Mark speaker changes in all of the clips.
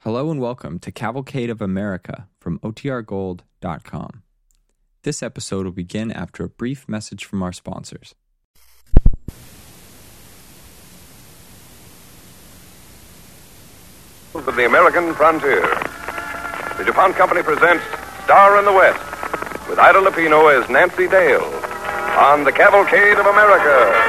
Speaker 1: Hello and welcome to Cavalcade of America from OTRGold.com. This episode will begin after a brief message from our sponsors.
Speaker 2: to the American frontier. The DuPont Company presents Star in the West with Ida Lupino as Nancy Dale on The Cavalcade of America.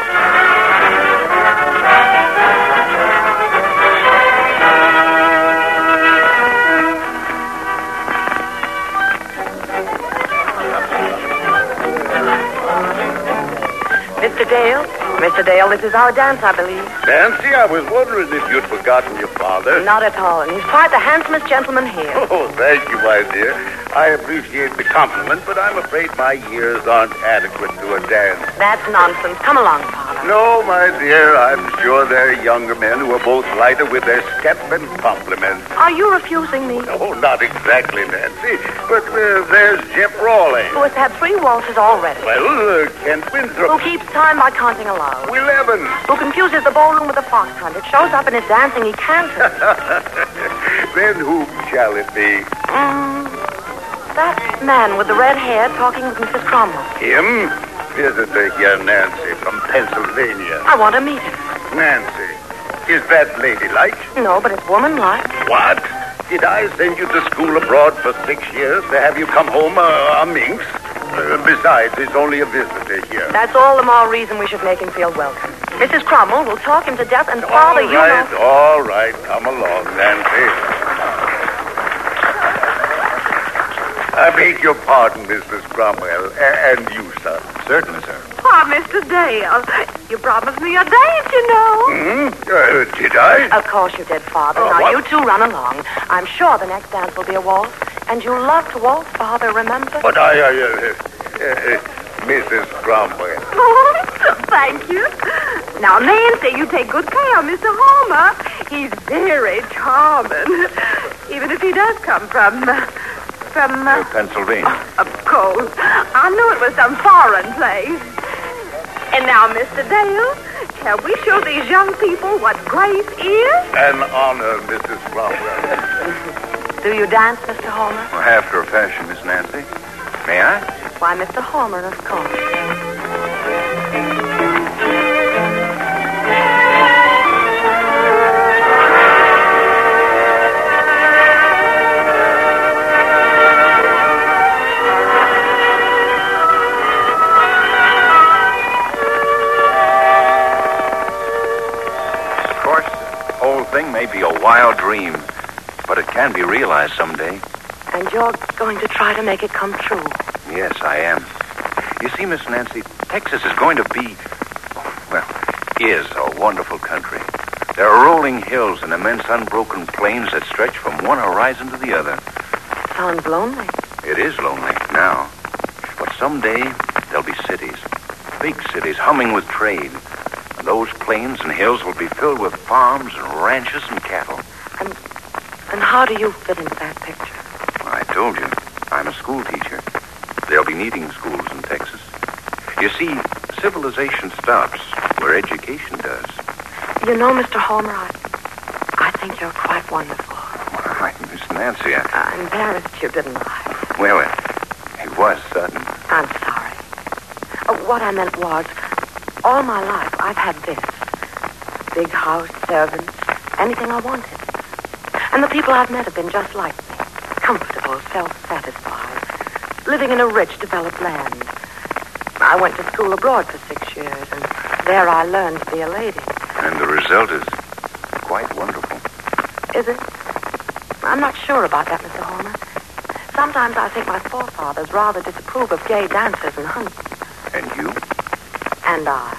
Speaker 3: Mr. Dale? Mr. Dale, this is our dance, I believe.
Speaker 2: Nancy, I was wondering if you'd forgotten your father.
Speaker 3: Not at all. And he's quite the handsomest gentleman here.
Speaker 2: Oh, thank you, my dear. I appreciate the compliment, but I'm afraid my years aren't adequate to a dance.
Speaker 3: That's nonsense. Come along, Father.
Speaker 2: No, my dear, I'm sure there are younger men who are both lighter with their step and compliments.
Speaker 3: Are you refusing me?
Speaker 2: Oh, not exactly, Nancy, but uh, there's Jeff Rawley.
Speaker 3: Who has had three waltzes already?
Speaker 2: Well, uh, Kent Winthrop.
Speaker 3: Who keeps time by counting aloud?
Speaker 2: Will Evans.
Speaker 3: Who confuses the ballroom with the foxhunt? It shows up in his dancing. He can't.
Speaker 2: then whom shall it be?
Speaker 3: Mm. that man with the red hair talking with Mrs. Cromwell.
Speaker 2: Him? Visitor here, Nancy, from Pennsylvania.
Speaker 3: I want to meet him.
Speaker 2: Nancy, is that ladylike?
Speaker 3: No, but it's womanlike.
Speaker 2: What? Did I send you to school abroad for six years to have you come home uh, a minx? Uh, besides, he's only a visitor here.
Speaker 3: That's all the more reason we should make him feel welcome. Mrs. Cromwell will talk him to death, and Father,
Speaker 2: all
Speaker 3: you
Speaker 2: right,
Speaker 3: know.
Speaker 2: all right, come along, Nancy. I beg your pardon, Mrs. Cromwell, a- and you, sir. Certainly, sir.
Speaker 4: Oh, Mr. Dale, you promised me a dance, you know.
Speaker 2: Hmm? Uh, did I?
Speaker 3: Of course you did, Father.
Speaker 2: Oh,
Speaker 3: now,
Speaker 2: what-
Speaker 3: you two run along. I'm sure the next dance will be a waltz. And you love to waltz, Father, remember?
Speaker 2: But I, I, uh, uh, uh, Mrs. Cromwell.
Speaker 4: Thank you. Now, Nancy, you take good care of Mr. Homer. He's very charming, even if he does come from, uh, from, uh,
Speaker 2: Pennsylvania.
Speaker 4: of course. I knew it was some foreign place. And now, Mr. Dale, shall we show these young people what grace is?
Speaker 2: An honor, Mrs. Cromwell.
Speaker 3: Do you dance, Mr. Homer?
Speaker 2: After a fashion, Miss Nancy. May I?
Speaker 3: Why, Mr. Homer, of course.
Speaker 5: Of course, the whole thing may be a wild dream, but it can be realized someday.
Speaker 3: And you're going to try to make it come true.
Speaker 5: Yes, I am. You see, Miss Nancy, Texas is going to be, well, is a wonderful country. There are rolling hills and immense unbroken plains that stretch from one horizon to the other.
Speaker 3: Sounds lonely.
Speaker 5: It is lonely now. But someday, there'll be cities. Big cities humming with trade. And those plains and hills will be filled with farms and ranches and cattle.
Speaker 3: And how do you fit into that picture?
Speaker 5: I told you, I'm a school teacher. They'll be needing schools in Texas. You see, civilization stops where education does.
Speaker 3: You know, Mr. Homer, I, I think you're quite wonderful.
Speaker 5: Why, Miss Nancy, I,
Speaker 3: I embarrassed you, didn't I?
Speaker 5: well, it, it was sudden.
Speaker 3: I'm sorry. Uh, what I meant was, all my life I've had this big house, servants, anything I wanted. And the people I've met have been just like me comfortable, self satisfied, living in a rich, developed land. I went to school abroad for six years, and there I learned to be a lady.
Speaker 5: And the result is quite wonderful.
Speaker 3: Is it? I'm not sure about that, Mr. Horner. Sometimes I think my forefathers rather disapprove of gay dances and hunting.
Speaker 5: And you?
Speaker 3: And I.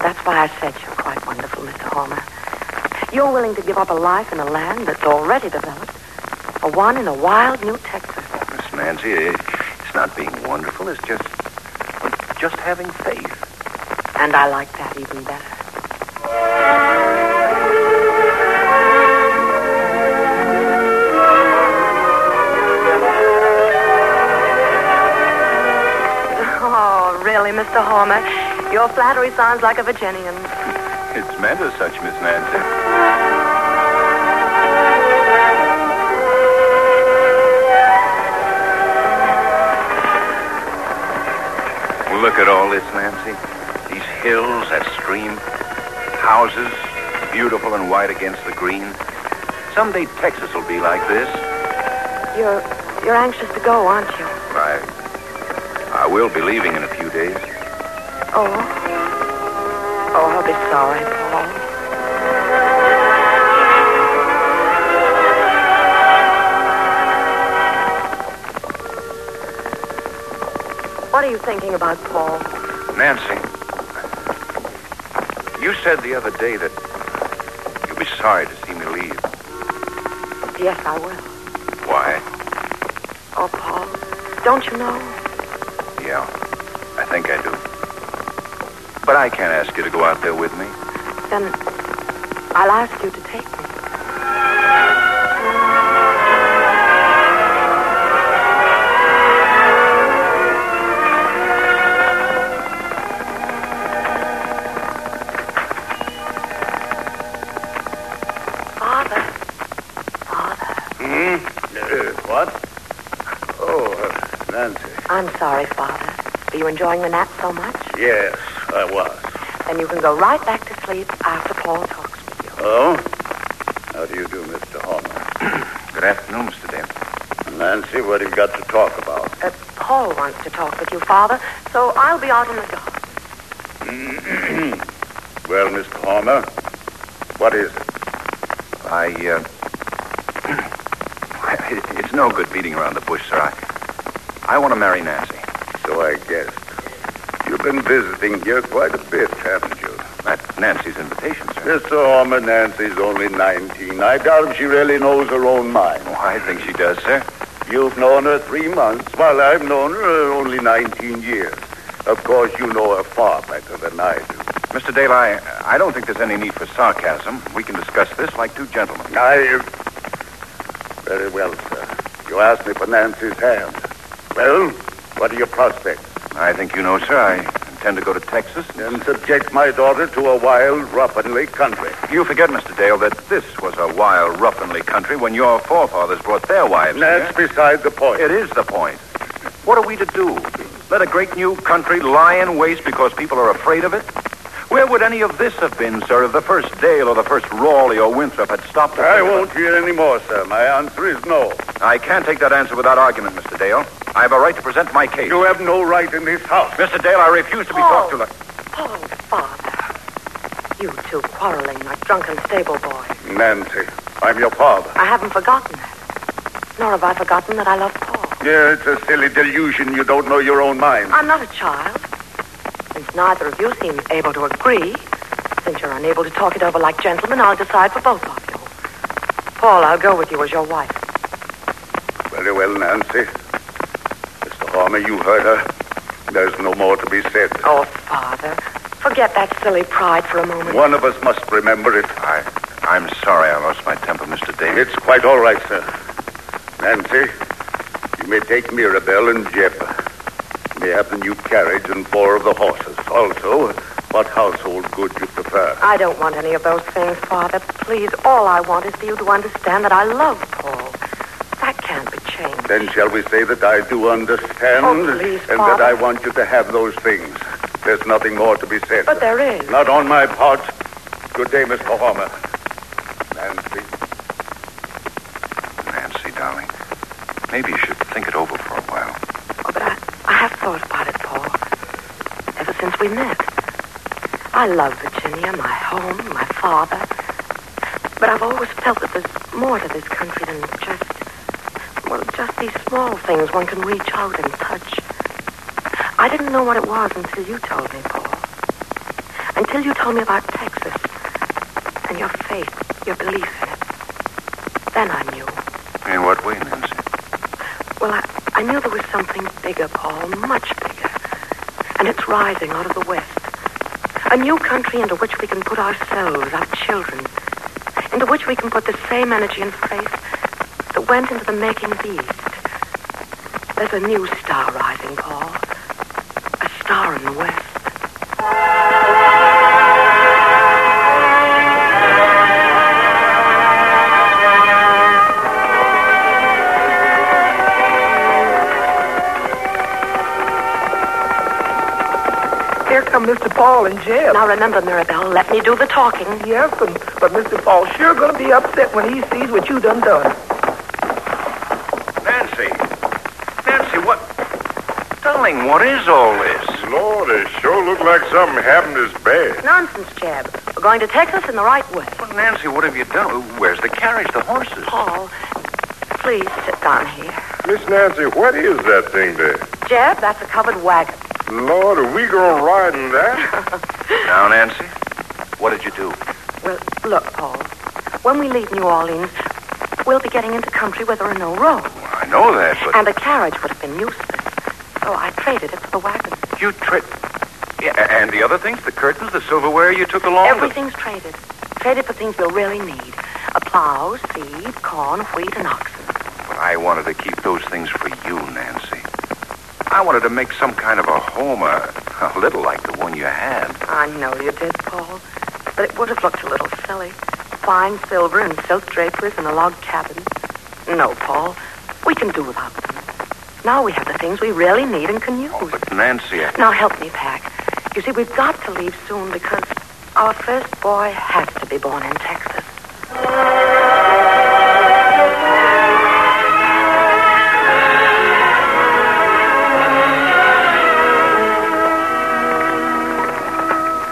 Speaker 3: That's why I said you're quite wonderful, Mr. Homer. You're willing to give up a life in a land that's already developed for one in a wild new Texas.
Speaker 5: Miss Nancy, it, it's not being wonderful. It's just, just having faith.
Speaker 3: And I like that even better. Oh, really, Mr. Homer? Your flattery sounds like a Virginian's.
Speaker 5: It's meant as such, Miss Nancy. hills, that stream, houses, beautiful and white against the green. Someday Texas will be like this.
Speaker 3: You're you're anxious to go, aren't you?
Speaker 5: I, I will be leaving in a few days.
Speaker 3: Oh. Oh, I'll be sorry, Paul. What are you thinking about, Paul?
Speaker 5: Nancy, you said the other day that you'll be sorry to see me leave.
Speaker 3: Yes, I will.
Speaker 5: Why?
Speaker 3: Oh, Paul, don't you know?
Speaker 5: Yeah, I think I do. But I can't ask you to go out there with me.
Speaker 3: Then I'll ask you to take me. Father, Father,
Speaker 5: Hmm?
Speaker 6: what? Oh, uh, Nancy.
Speaker 3: I'm sorry, Father. Were you enjoying the nap so much?
Speaker 6: Yes, I was.
Speaker 3: Then you can go right back to sleep after Paul talks with you.
Speaker 6: Oh? How do you do, Mr. Homer?
Speaker 5: Good afternoon, Mr. Dent.
Speaker 6: Nancy, what have you got to talk about?
Speaker 3: Uh, Paul wants to talk with you, Father, so I'll be out in the dark.
Speaker 6: Well, Mr. Homer, what is it?
Speaker 5: I, uh... it- it's no good beating around the bush, sir. I, I want to marry Nancy.
Speaker 6: So I guessed. You've been visiting here quite a bit, haven't you?
Speaker 5: That's Nancy's invitation, sir.
Speaker 6: Mr. Homer, Nancy's only 19. I doubt if she really knows her own mind.
Speaker 5: Oh, I think she does, sir.
Speaker 6: You've known her three months, while I've known her only 19 years. Of course, you know her far better than I do.
Speaker 5: Mr. Dale, I, I don't think there's any need for sarcasm. We can discuss this like two gentlemen.
Speaker 6: I. Very well, sir. You asked me for Nancy's hand. Well, what are your prospects?
Speaker 5: I think you know, sir, I intend to go to Texas.
Speaker 6: Then subject my daughter to a wild, rough and lake country.
Speaker 5: You forget, Mr. Dale, that this was a wild, rough and lee country when your forefathers brought their wives
Speaker 6: And that's beside the point.
Speaker 5: here. It is the point. What are we to do? Let a great new country lie in waste because people are afraid of it? Where would any of this have been, sir, if the first Dale or the first Raleigh or Winthrop had stopped? to
Speaker 6: I
Speaker 5: think
Speaker 6: won't hear any more, sir. My answer is no.
Speaker 5: about it? I can't take that answer without argument, Mr. Dale. I have a right to present my case.
Speaker 6: You have no right in this house.
Speaker 5: Mr. Dale, I refuse to be
Speaker 3: Oh.
Speaker 5: talked to like...
Speaker 3: Paul, Father. You two quarreling like drunken stable boys.
Speaker 6: Nancy, I'm your father.
Speaker 3: I haven't forgotten that. Nor have I forgotten that I love Paul.
Speaker 6: Yeah, it's a silly delusion. You don't know your own mind.
Speaker 3: I'm not a child. Since neither of you seems able to agree, since you're unable to talk it over like gentlemen, I'll decide for both of you. Paul, I'll go with you as your wife.
Speaker 6: Very well, Nancy. Mr. Harmer, you heard her. There's no more to be said.
Speaker 3: Oh, Father, forget that silly pride for a moment.
Speaker 6: One of us must remember it.
Speaker 5: I, I'm sorry I lost my temper, Mr. Dale.
Speaker 6: It's quite all right, sir. Nancy, you may take Mirabelle and Jeb. You may have the new carriage and four of the horses. Also, what household goods you prefer.
Speaker 3: I don't want any of those things, Father. Please, all I want is for you to understand that I love Paul. That can't be changed.
Speaker 6: Then shall we say that I do understand
Speaker 3: Oh, please,
Speaker 6: and that
Speaker 3: Father.
Speaker 6: I want you to have those things. There's nothing more to be said.
Speaker 3: But there is.
Speaker 6: Not on my part. Good day, Mr. Homer. Nancy.
Speaker 5: Nancy, darling, maybe you should think it over for a while.
Speaker 3: Oh, but I, I have thought about it, Paul. Ever since we met. I love Virginia, my home, my father. But I've always felt that there's more to this country than just, well, just these small things one can reach out and touch. I didn't know what it was until you told me, Paul. Until you told me about Texas and your faith, your belief in it. Then I knew.
Speaker 5: In what way, Nancy?
Speaker 3: Well, I, I knew there was something bigger, Paul, much bigger. And it's rising out of the West. A new country into which we can put ourselves, our children, into which we can put the same energy and faith that went into the making of the East. There's a new star rising, Paul. A star in the West. Here come
Speaker 7: Mr. Paul and Jeb.
Speaker 3: Now remember, Mirabelle, let me do the talking.
Speaker 7: Yes, but, but Mr. Paul's sure going to be upset when he sees what you done done.
Speaker 5: Nancy! Nancy, what? Darling, what is all this?
Speaker 6: Lord, it sure looked like something happened as bad.
Speaker 3: Nonsense, Jeb. We're going to Texas in the right way.
Speaker 5: Well, Nancy, what have you done? Where's the carriage, the horses?
Speaker 3: Paul, please sit down here.
Speaker 6: Miss Nancy, what is that thing there?
Speaker 3: Jeb, that's a covered wagon.
Speaker 6: Lord, are we going to ride in that?
Speaker 5: Now, Nancy, what did you do?
Speaker 3: Well, look, Paul. When we leave New Orleans, we'll be getting into country where there are no roads,
Speaker 5: I know that, but
Speaker 3: and a carriage would have been useless. So I traded it for the wagon.
Speaker 5: you tripped. Yeah, a- and the other things, the curtains, the silverware you took along. the-
Speaker 3: Everything's traded. Traded for things you'll really need. A plow, seed, corn, wheat, and oxen.
Speaker 5: But I wanted to keep those things for you, Nancy. I wanted to make some kind of a home, a, a little like the one you had.
Speaker 3: I know you did, Paul. But it would have looked a little silly. Fine silver and silk draperies and a log cabin. No, Paul. We can do without them. Now we have the things we really need and can use.
Speaker 5: Oh, but Nancy, I-
Speaker 3: Now help me pack. You see, we've got to leave soon because our first boy has to be born in Texas.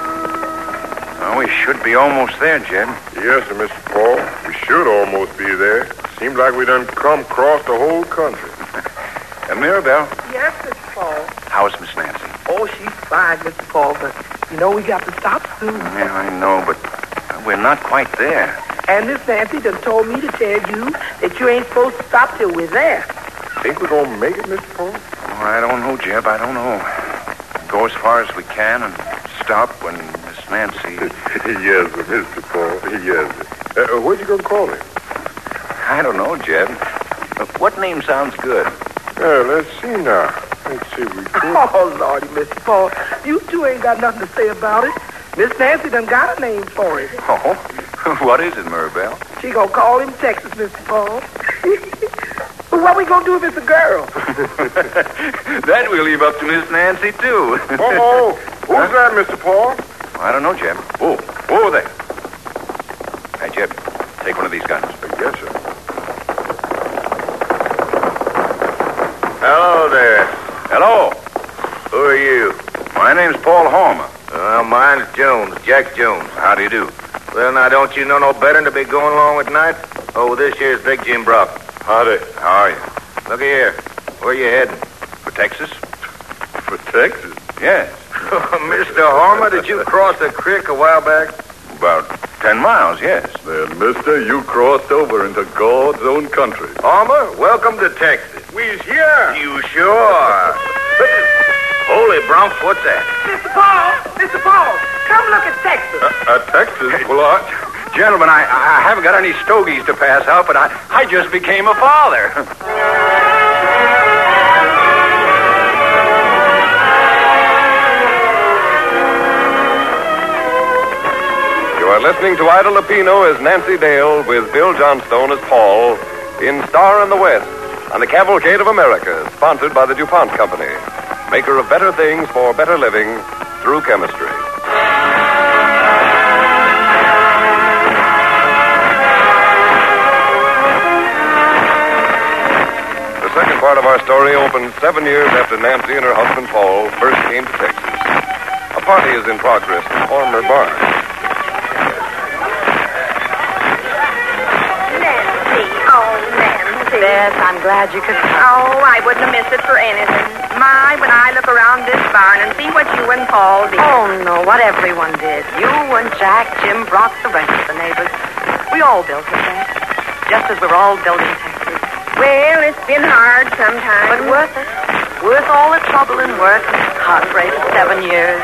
Speaker 5: oh, we should be almost there, Jim.
Speaker 6: yes, sir, Mr. Paul. We should almost be there. Seems like we done come across the whole country.
Speaker 5: Uh, Mirabelle,
Speaker 7: Yes, Mr. Paul.
Speaker 5: how's Miss Nancy?
Speaker 7: Oh, she's fine, Mr. Paul, but you know we got to stop soon.
Speaker 5: Yeah, I know, but we're not quite there.
Speaker 7: And Miss Nancy done told me to tell you that you ain't supposed to stop till we're there.
Speaker 6: Think we're going to make it, Mr. Paul?
Speaker 5: Oh, I don't know, Jeb. I don't know. Go as far as we can and stop when Miss Nancy.
Speaker 6: yes, sir, Mr. Paul. Yes, sir. Uh, what you going to call him?
Speaker 5: I don't know, Jeb. But What name sounds good?
Speaker 6: Uh, let's see now. Let's see we could.
Speaker 7: Oh, Lordy, Mr. Paul. You two ain't got nothing to say about it. Miss Nancy done got a name for it.
Speaker 5: Oh, what is it, Mirabelle?
Speaker 7: She gonna call him Texas, Mr. Paul. but what we gonna do if it's a girl?
Speaker 5: that we'll leave up to Miss Nancy, too.
Speaker 6: Oh, who's that, Mr. Paul?
Speaker 5: I don't know, Jeb. Oh, over there. Hey, Jeb, take one of these guns.
Speaker 6: Uh, Yes, sir. Hello there.
Speaker 5: Hello.
Speaker 6: Who are you?
Speaker 5: My name's Paul Homer.
Speaker 6: Well, mine's Jones, Jack Jones.
Speaker 5: How do you do?
Speaker 6: Well, now, don't you know no better than to be going along at night? Oh, this here's Big Jim Brock. Howdy.
Speaker 5: How are you?
Speaker 6: Look here. Where you heading?
Speaker 5: For Texas?
Speaker 6: For Texas.
Speaker 5: Yes.
Speaker 6: Mr. Harmer, did you cross the creek a while back?
Speaker 5: About ten miles, yes.
Speaker 6: Then, mister, you crossed over into God's own country. Harmer, welcome to Texas. We's here. You sure are. Holy Bronx, what's that?
Speaker 7: Mr. Paul, Mr. Paul, come look at Texas.
Speaker 6: Uh, Texas? Well, I...
Speaker 5: Gentlemen, I, I haven't got any stogies to pass out, but I, I just became a father.
Speaker 2: You are listening to Ida Lupino as Nancy Dale with Bill Johnstone as Paul in Star in the West on the Cavalcade of America, sponsored by the DuPont Company, maker of better things for better living through chemistry. The second part of our story opens seven years after Nancy and her husband Paul first came to Texas. A party is in progress at Farmer Barn.
Speaker 4: Nancy. Oh, Nancy.
Speaker 3: Yes, I'm glad you could come.
Speaker 4: Oh, I wouldn't have missed it for anything. My, when I look around this barn and see what you and Paul did.
Speaker 3: Oh, no, what everyone did. You and Jack, Jim Brock, the rest of the neighbors. We all built it there. Just as we're all building Texas.
Speaker 4: Well, it's been hard sometimes.
Speaker 3: But worth it. Worth all the trouble and work and heartbreak of seven years.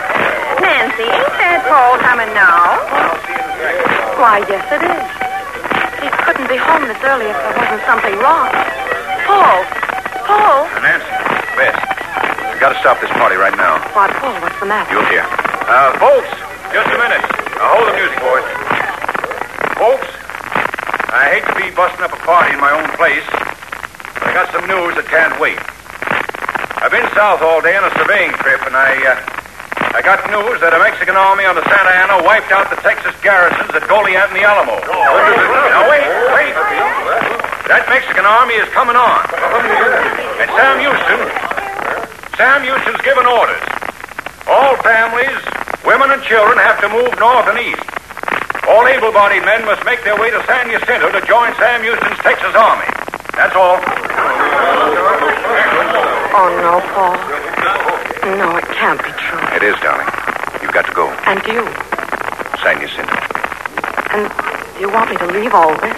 Speaker 4: Nancy, ain't that Paul coming now?
Speaker 3: Why, yes, it is. He couldn't be home this early if there wasn't something wrong. Paul! Paul!
Speaker 5: Nancy, Bess, we got to stop this party right now.
Speaker 3: Why, Paul, what's the matter?
Speaker 5: You'll hear. Uh, folks, just a minute. Now hold the music, boys. Folks, I hate to be busting up a party in my own place, but I got some news that can't wait. I've been south all day on a surveying trip, and I, uh, I got news that a Mexican army on the Santa Ana wiped out the Texas garrisons at Goliad and the Alamo. Now, wait, wait. That Mexican army is coming on. And Sam Houston, Sam Houston's given orders. All families, women and children have to move north and east. All able-bodied men must make their way to San Jacinto to join Sam Houston's Texas Army. That's all.
Speaker 3: Oh, no, Paul. No, it can't be true.
Speaker 5: It is, darling. You've got to go.
Speaker 3: And you.
Speaker 5: San Jacinto.
Speaker 3: And you want me to leave all this?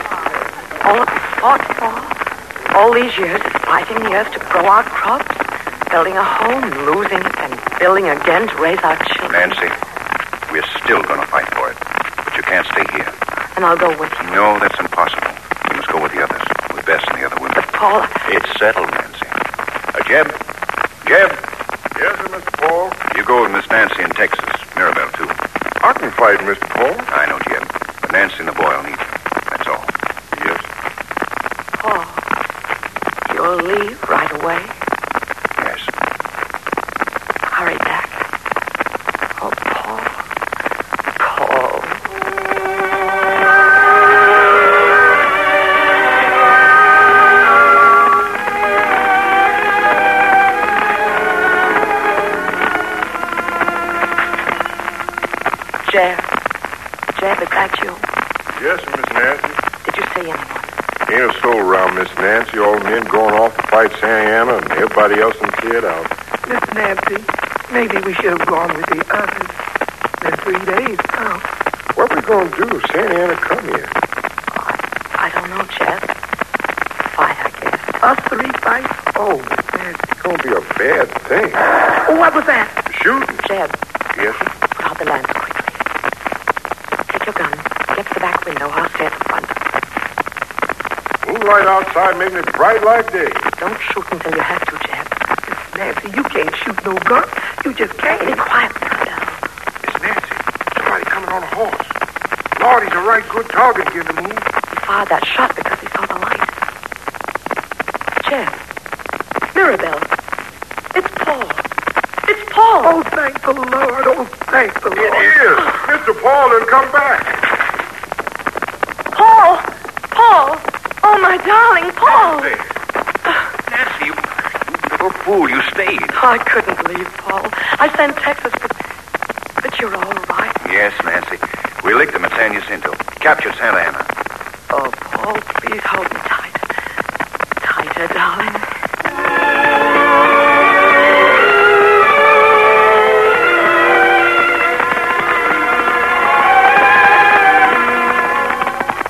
Speaker 3: All that we fought for? All these years of fighting the earth to grow our crops? Building a home, losing it, and building again to raise our children.
Speaker 5: Nancy, we're still going to fight for it. But you can't stay here.
Speaker 3: And I'll go with you.
Speaker 5: No, that's impossible. We must go with the others, with Bess and the other women.
Speaker 3: But, Paul,
Speaker 5: It's settled, Nancy. Uh, Jeb? Jeb?
Speaker 6: Yes, sir, Mr. Paul.
Speaker 5: You go with Miss Nancy in Texas. Mirabelle, too.
Speaker 6: I can fight, Mr. Paul.
Speaker 5: I know, Jeb. But Nancy and the boy will need you. That's all.
Speaker 6: Yes.
Speaker 3: Paul, you'll leave right away.
Speaker 5: Yes.
Speaker 3: Hurry back. Oh, Paul. Paul. Jeff. Jeff, is that you?
Speaker 6: Yes, sir, Miss Nancy.
Speaker 3: Did you see anyone?
Speaker 6: Ain't a soul around, Miss Nancy. All the men going off to fight Santa Ana and everybody else done cleared out.
Speaker 7: Miss Nancy, maybe we should have gone with the others. Been three days now.
Speaker 6: What we going to do if Santa Ana come here?
Speaker 3: I don't know, Jeff. Fight, I guess.
Speaker 7: Us three fights? Oh, Miss Nancy.
Speaker 6: It's going to be a bad thing.
Speaker 7: Oh, what was that?
Speaker 6: Shooting.
Speaker 3: Jeb,
Speaker 6: Yes, sir.
Speaker 3: Put out the lamp quickly. Take your gun. Get to the back window. I'll stay at the front.
Speaker 6: Moonlight outside making it bright like day.
Speaker 3: Don't shoot until you have to, Jeb.
Speaker 7: Miss Nancy, you can't shoot no gun. You just
Speaker 3: Be
Speaker 7: can't.
Speaker 3: quiet, Brenda.
Speaker 6: It's Nancy. Somebody coming on a horse. Lord, he's a right good target giving me.
Speaker 3: He fired that shot because he saw the light. Jeb. Mirabelle. It's Paul. It's Paul.
Speaker 7: Oh, thank the Lord. Oh, thank the
Speaker 6: It
Speaker 7: Lord.
Speaker 6: is. Mr. Paul done come back.
Speaker 3: Paul. Paul. Oh, my darling, Paul.
Speaker 5: Nancy, you, you little fool, you stayed.
Speaker 3: I couldn't leave, Paul. I sent Texas, but, but you're all right.
Speaker 5: Yes, Nancy. We licked them at San Jacinto. Captured Santa Ana.
Speaker 3: Oh, Paul, please hold me tighter. Tighter, darling.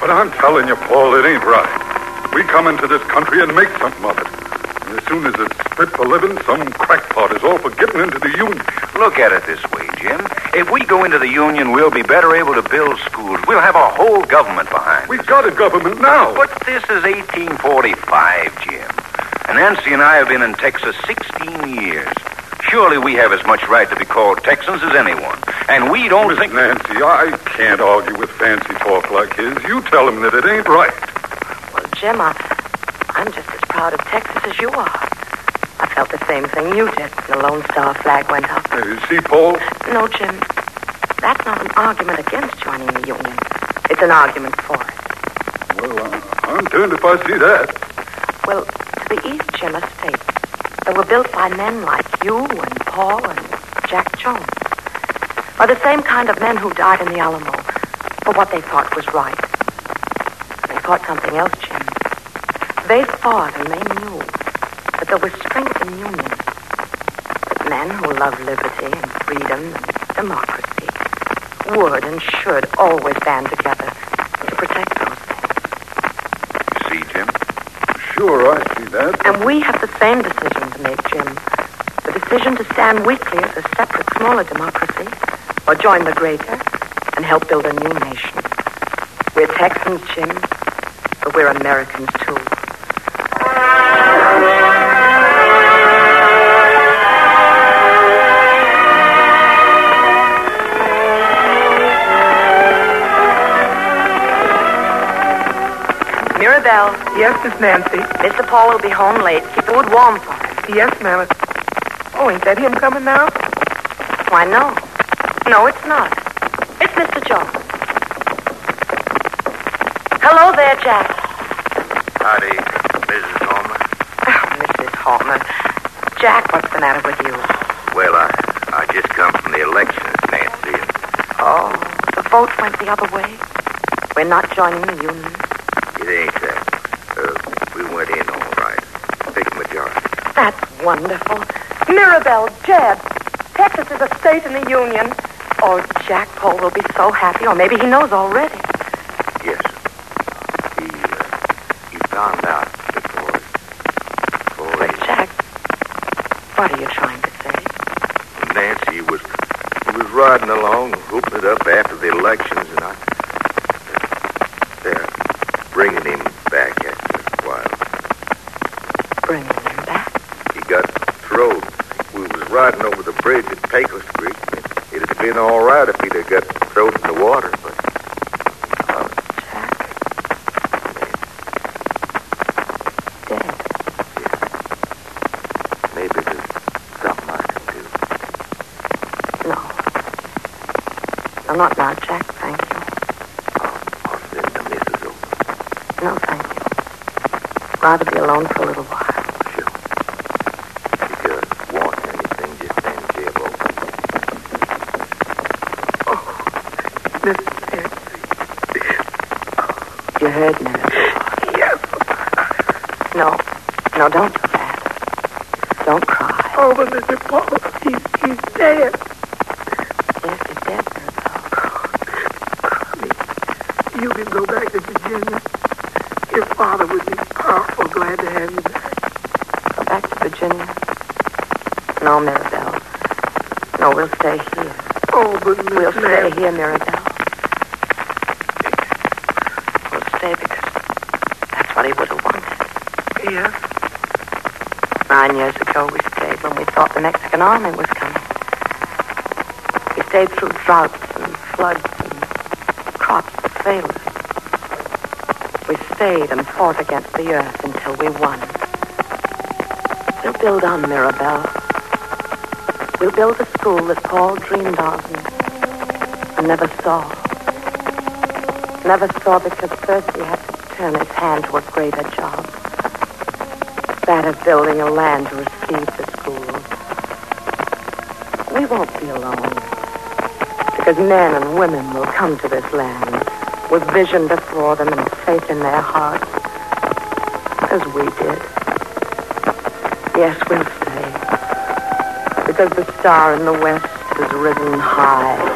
Speaker 6: But I'm telling you, Paul, it ain't right. We come into this country and make something of it. And as soon as it's split for living, some crackpot is all for getting into the union.
Speaker 5: Look at it this way, Jim. If we go into the Union, we'll be better able to build schools. We'll have a whole government behind.
Speaker 6: We've got a government now.
Speaker 5: But this is 1845, Jim. And Nancy and I have been in Texas 16 years. Surely we have as much right to be called Texans as anyone. And we don't
Speaker 6: Miss
Speaker 5: think.
Speaker 6: Nancy, I can't argue with fancy talk like his. You tell him that it ain't right.
Speaker 3: Well, Jim, I, I'm just as proud of Texas as you are. I felt the same thing you did when the Lone Star flag went up.
Speaker 6: Uh, You see, Paul?
Speaker 3: No, Jim, that's not an argument against joining the Union. It's an argument for it.
Speaker 6: Well, I- I'm turned if I see that.
Speaker 3: Well, to the East, Jim, are states that were built by men like you and Paul and Jack Jones. Are the same kind of men who died in the Alamo for what they thought was right. They fought something else, Jim. They fought and they knew that there was strength in union. That men who love liberty and freedom and democracy would and should always band together to protect those things.
Speaker 5: See, Jim?
Speaker 6: Sure, I see that.
Speaker 3: And we have the same decision to make, Jim. The decision to stand weakly as a separate, smaller democracy, or join the greater and help build a new nation. We're Texans, Jim, but we're Americans, too. Mirabelle.
Speaker 7: Yes, Miss Nancy.
Speaker 3: Mr. Paul will be home late. Keep the wood warm for him.
Speaker 7: Yes, ma'am. Oh, ain't that him coming now?
Speaker 3: Why, no. No, it's not. It's Mr. Jones. Hello there, Jack.
Speaker 2: Howdy, Mrs. Norman.
Speaker 3: Oh, Mrs. Holman. Jack, what's the matter with you?
Speaker 2: Well, I, I just come from the elections, Nancy.
Speaker 3: Oh, the vote went the other way. We're not joining the union.
Speaker 2: It ain't that. Uh, we went in all right. Big majority.
Speaker 3: That's wonderful. Mirabel, Jeb, Texas is a state in the Union. Oh, Jack Paul will be so happy, or maybe he knows already.
Speaker 2: Yes. He, uh, he found out before, before
Speaker 3: But,
Speaker 2: he-
Speaker 3: Jack, what are you trying to say?
Speaker 2: Nancy was was riding along, hooping it up after the elections, and I they're bringing him back after a while.
Speaker 3: Bringing him back?
Speaker 2: He got thrown. We was riding over the bridge at Pecos Creek. and It'd have been all right if he'd have got thrown in the water, but
Speaker 3: Jack. Dead.
Speaker 2: maybe there's something I can do.
Speaker 3: No. No, not now, Jack. Thank you.
Speaker 2: I'll send the missus over.
Speaker 3: No, thank you. Rather be alone for a little while.
Speaker 2: If you want anything, just send Jeb over.
Speaker 3: You heard me.
Speaker 7: Yes.
Speaker 3: No. No, don't do that. Don't cry.
Speaker 7: Oh, but Mr. Paul, he's, he's dead.
Speaker 3: Yes, you're dead, Mirabelle.
Speaker 7: You can go back to Virginia. Your father would be powerful glad to have you back.
Speaker 3: Go back to Virginia. No, Mirabelle. No, we'll stay here.
Speaker 7: Oh, but Miss
Speaker 3: We'll stay
Speaker 7: Nancy.
Speaker 3: here, Mirabelle. We'll stay because that's what he would have wanted.
Speaker 7: Yes.
Speaker 3: Nine years ago, we stayed when we thought the Mexican army was coming. We stayed through droughts and floods and crops that failed us. We stayed and fought against the earth until we won. We'll build on Mirabelle. We'll build the school that Paul dreamed of and, and never saw. Never saw because first he had to turn his hand to a greater job that of building a land to receive the school. We won't be alone. Because men and women will come to this land with vision before them and faith in their hearts, as we did. Yes, we'll stay. Because the star in the west has risen high.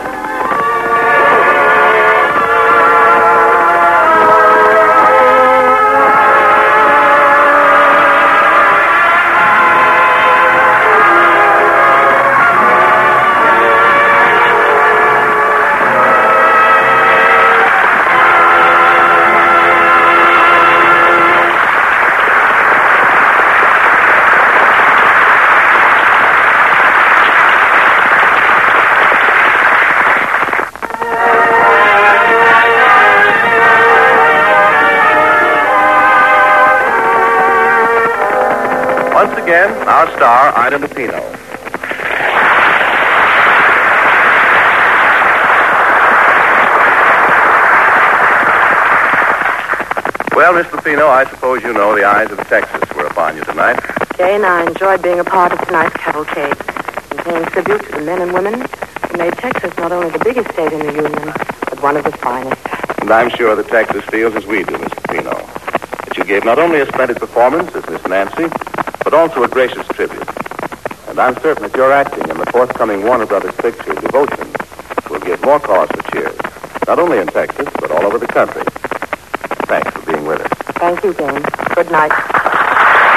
Speaker 6: Once again, our star, Ida Lupino. Well, Miss Lupino, I suppose you know the eyes of Texas were upon you tonight.
Speaker 3: Jane, I enjoyed being a part of tonight's cavalcade and paying tribute to the men and women who made Texas not only the biggest state in the Union, but one of the finest.
Speaker 6: And I'm sure that Texas feels as we do, Miss Lupino. That you gave not only a splendid performance as Miss Nancy, but also a gracious tribute. And I'm certain that your acting in the forthcoming Warner Brothers picture, Devotion, will give more cause for cheers, not only in Texas, but all over the country. Thanks for being with us.
Speaker 3: Thank you, Jane. Good night.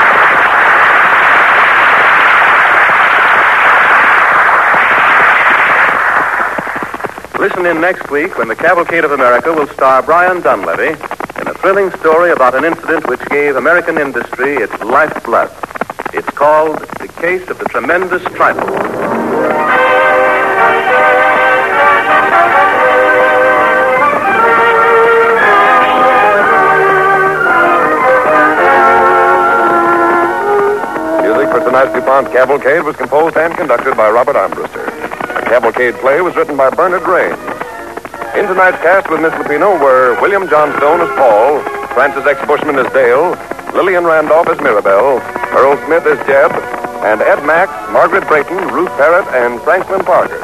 Speaker 6: Listen in next week when the Cavalcade of America will star Brian Dunleavy in a thrilling story about an incident which gave American industry its lifeblood. It's called The Case of the Tremendous Trifle. Music for tonight's DuPont Cavalcade was composed and conducted by Robert Armbruster. A
Speaker 2: cavalcade play was written by Bernard Raines. In tonight's cast with Miss Lupino were William Johnstone as Paul, Francis X. Bushman as Dale, Lillian Randolph as Mirabelle, Earl Smith as Jeb, and Ed Max, Margaret Brayton, Ruth Parrott, and Franklin Parker.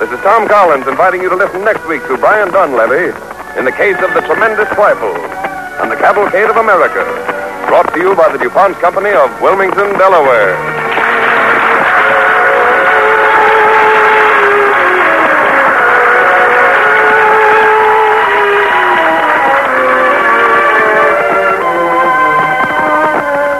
Speaker 2: This is Tom Collins inviting you to listen next week to Brian Dunleavy in the case of the tremendous rifle on the Cavalcade of America, brought to you by the DuPont Company of Wilmington, Delaware.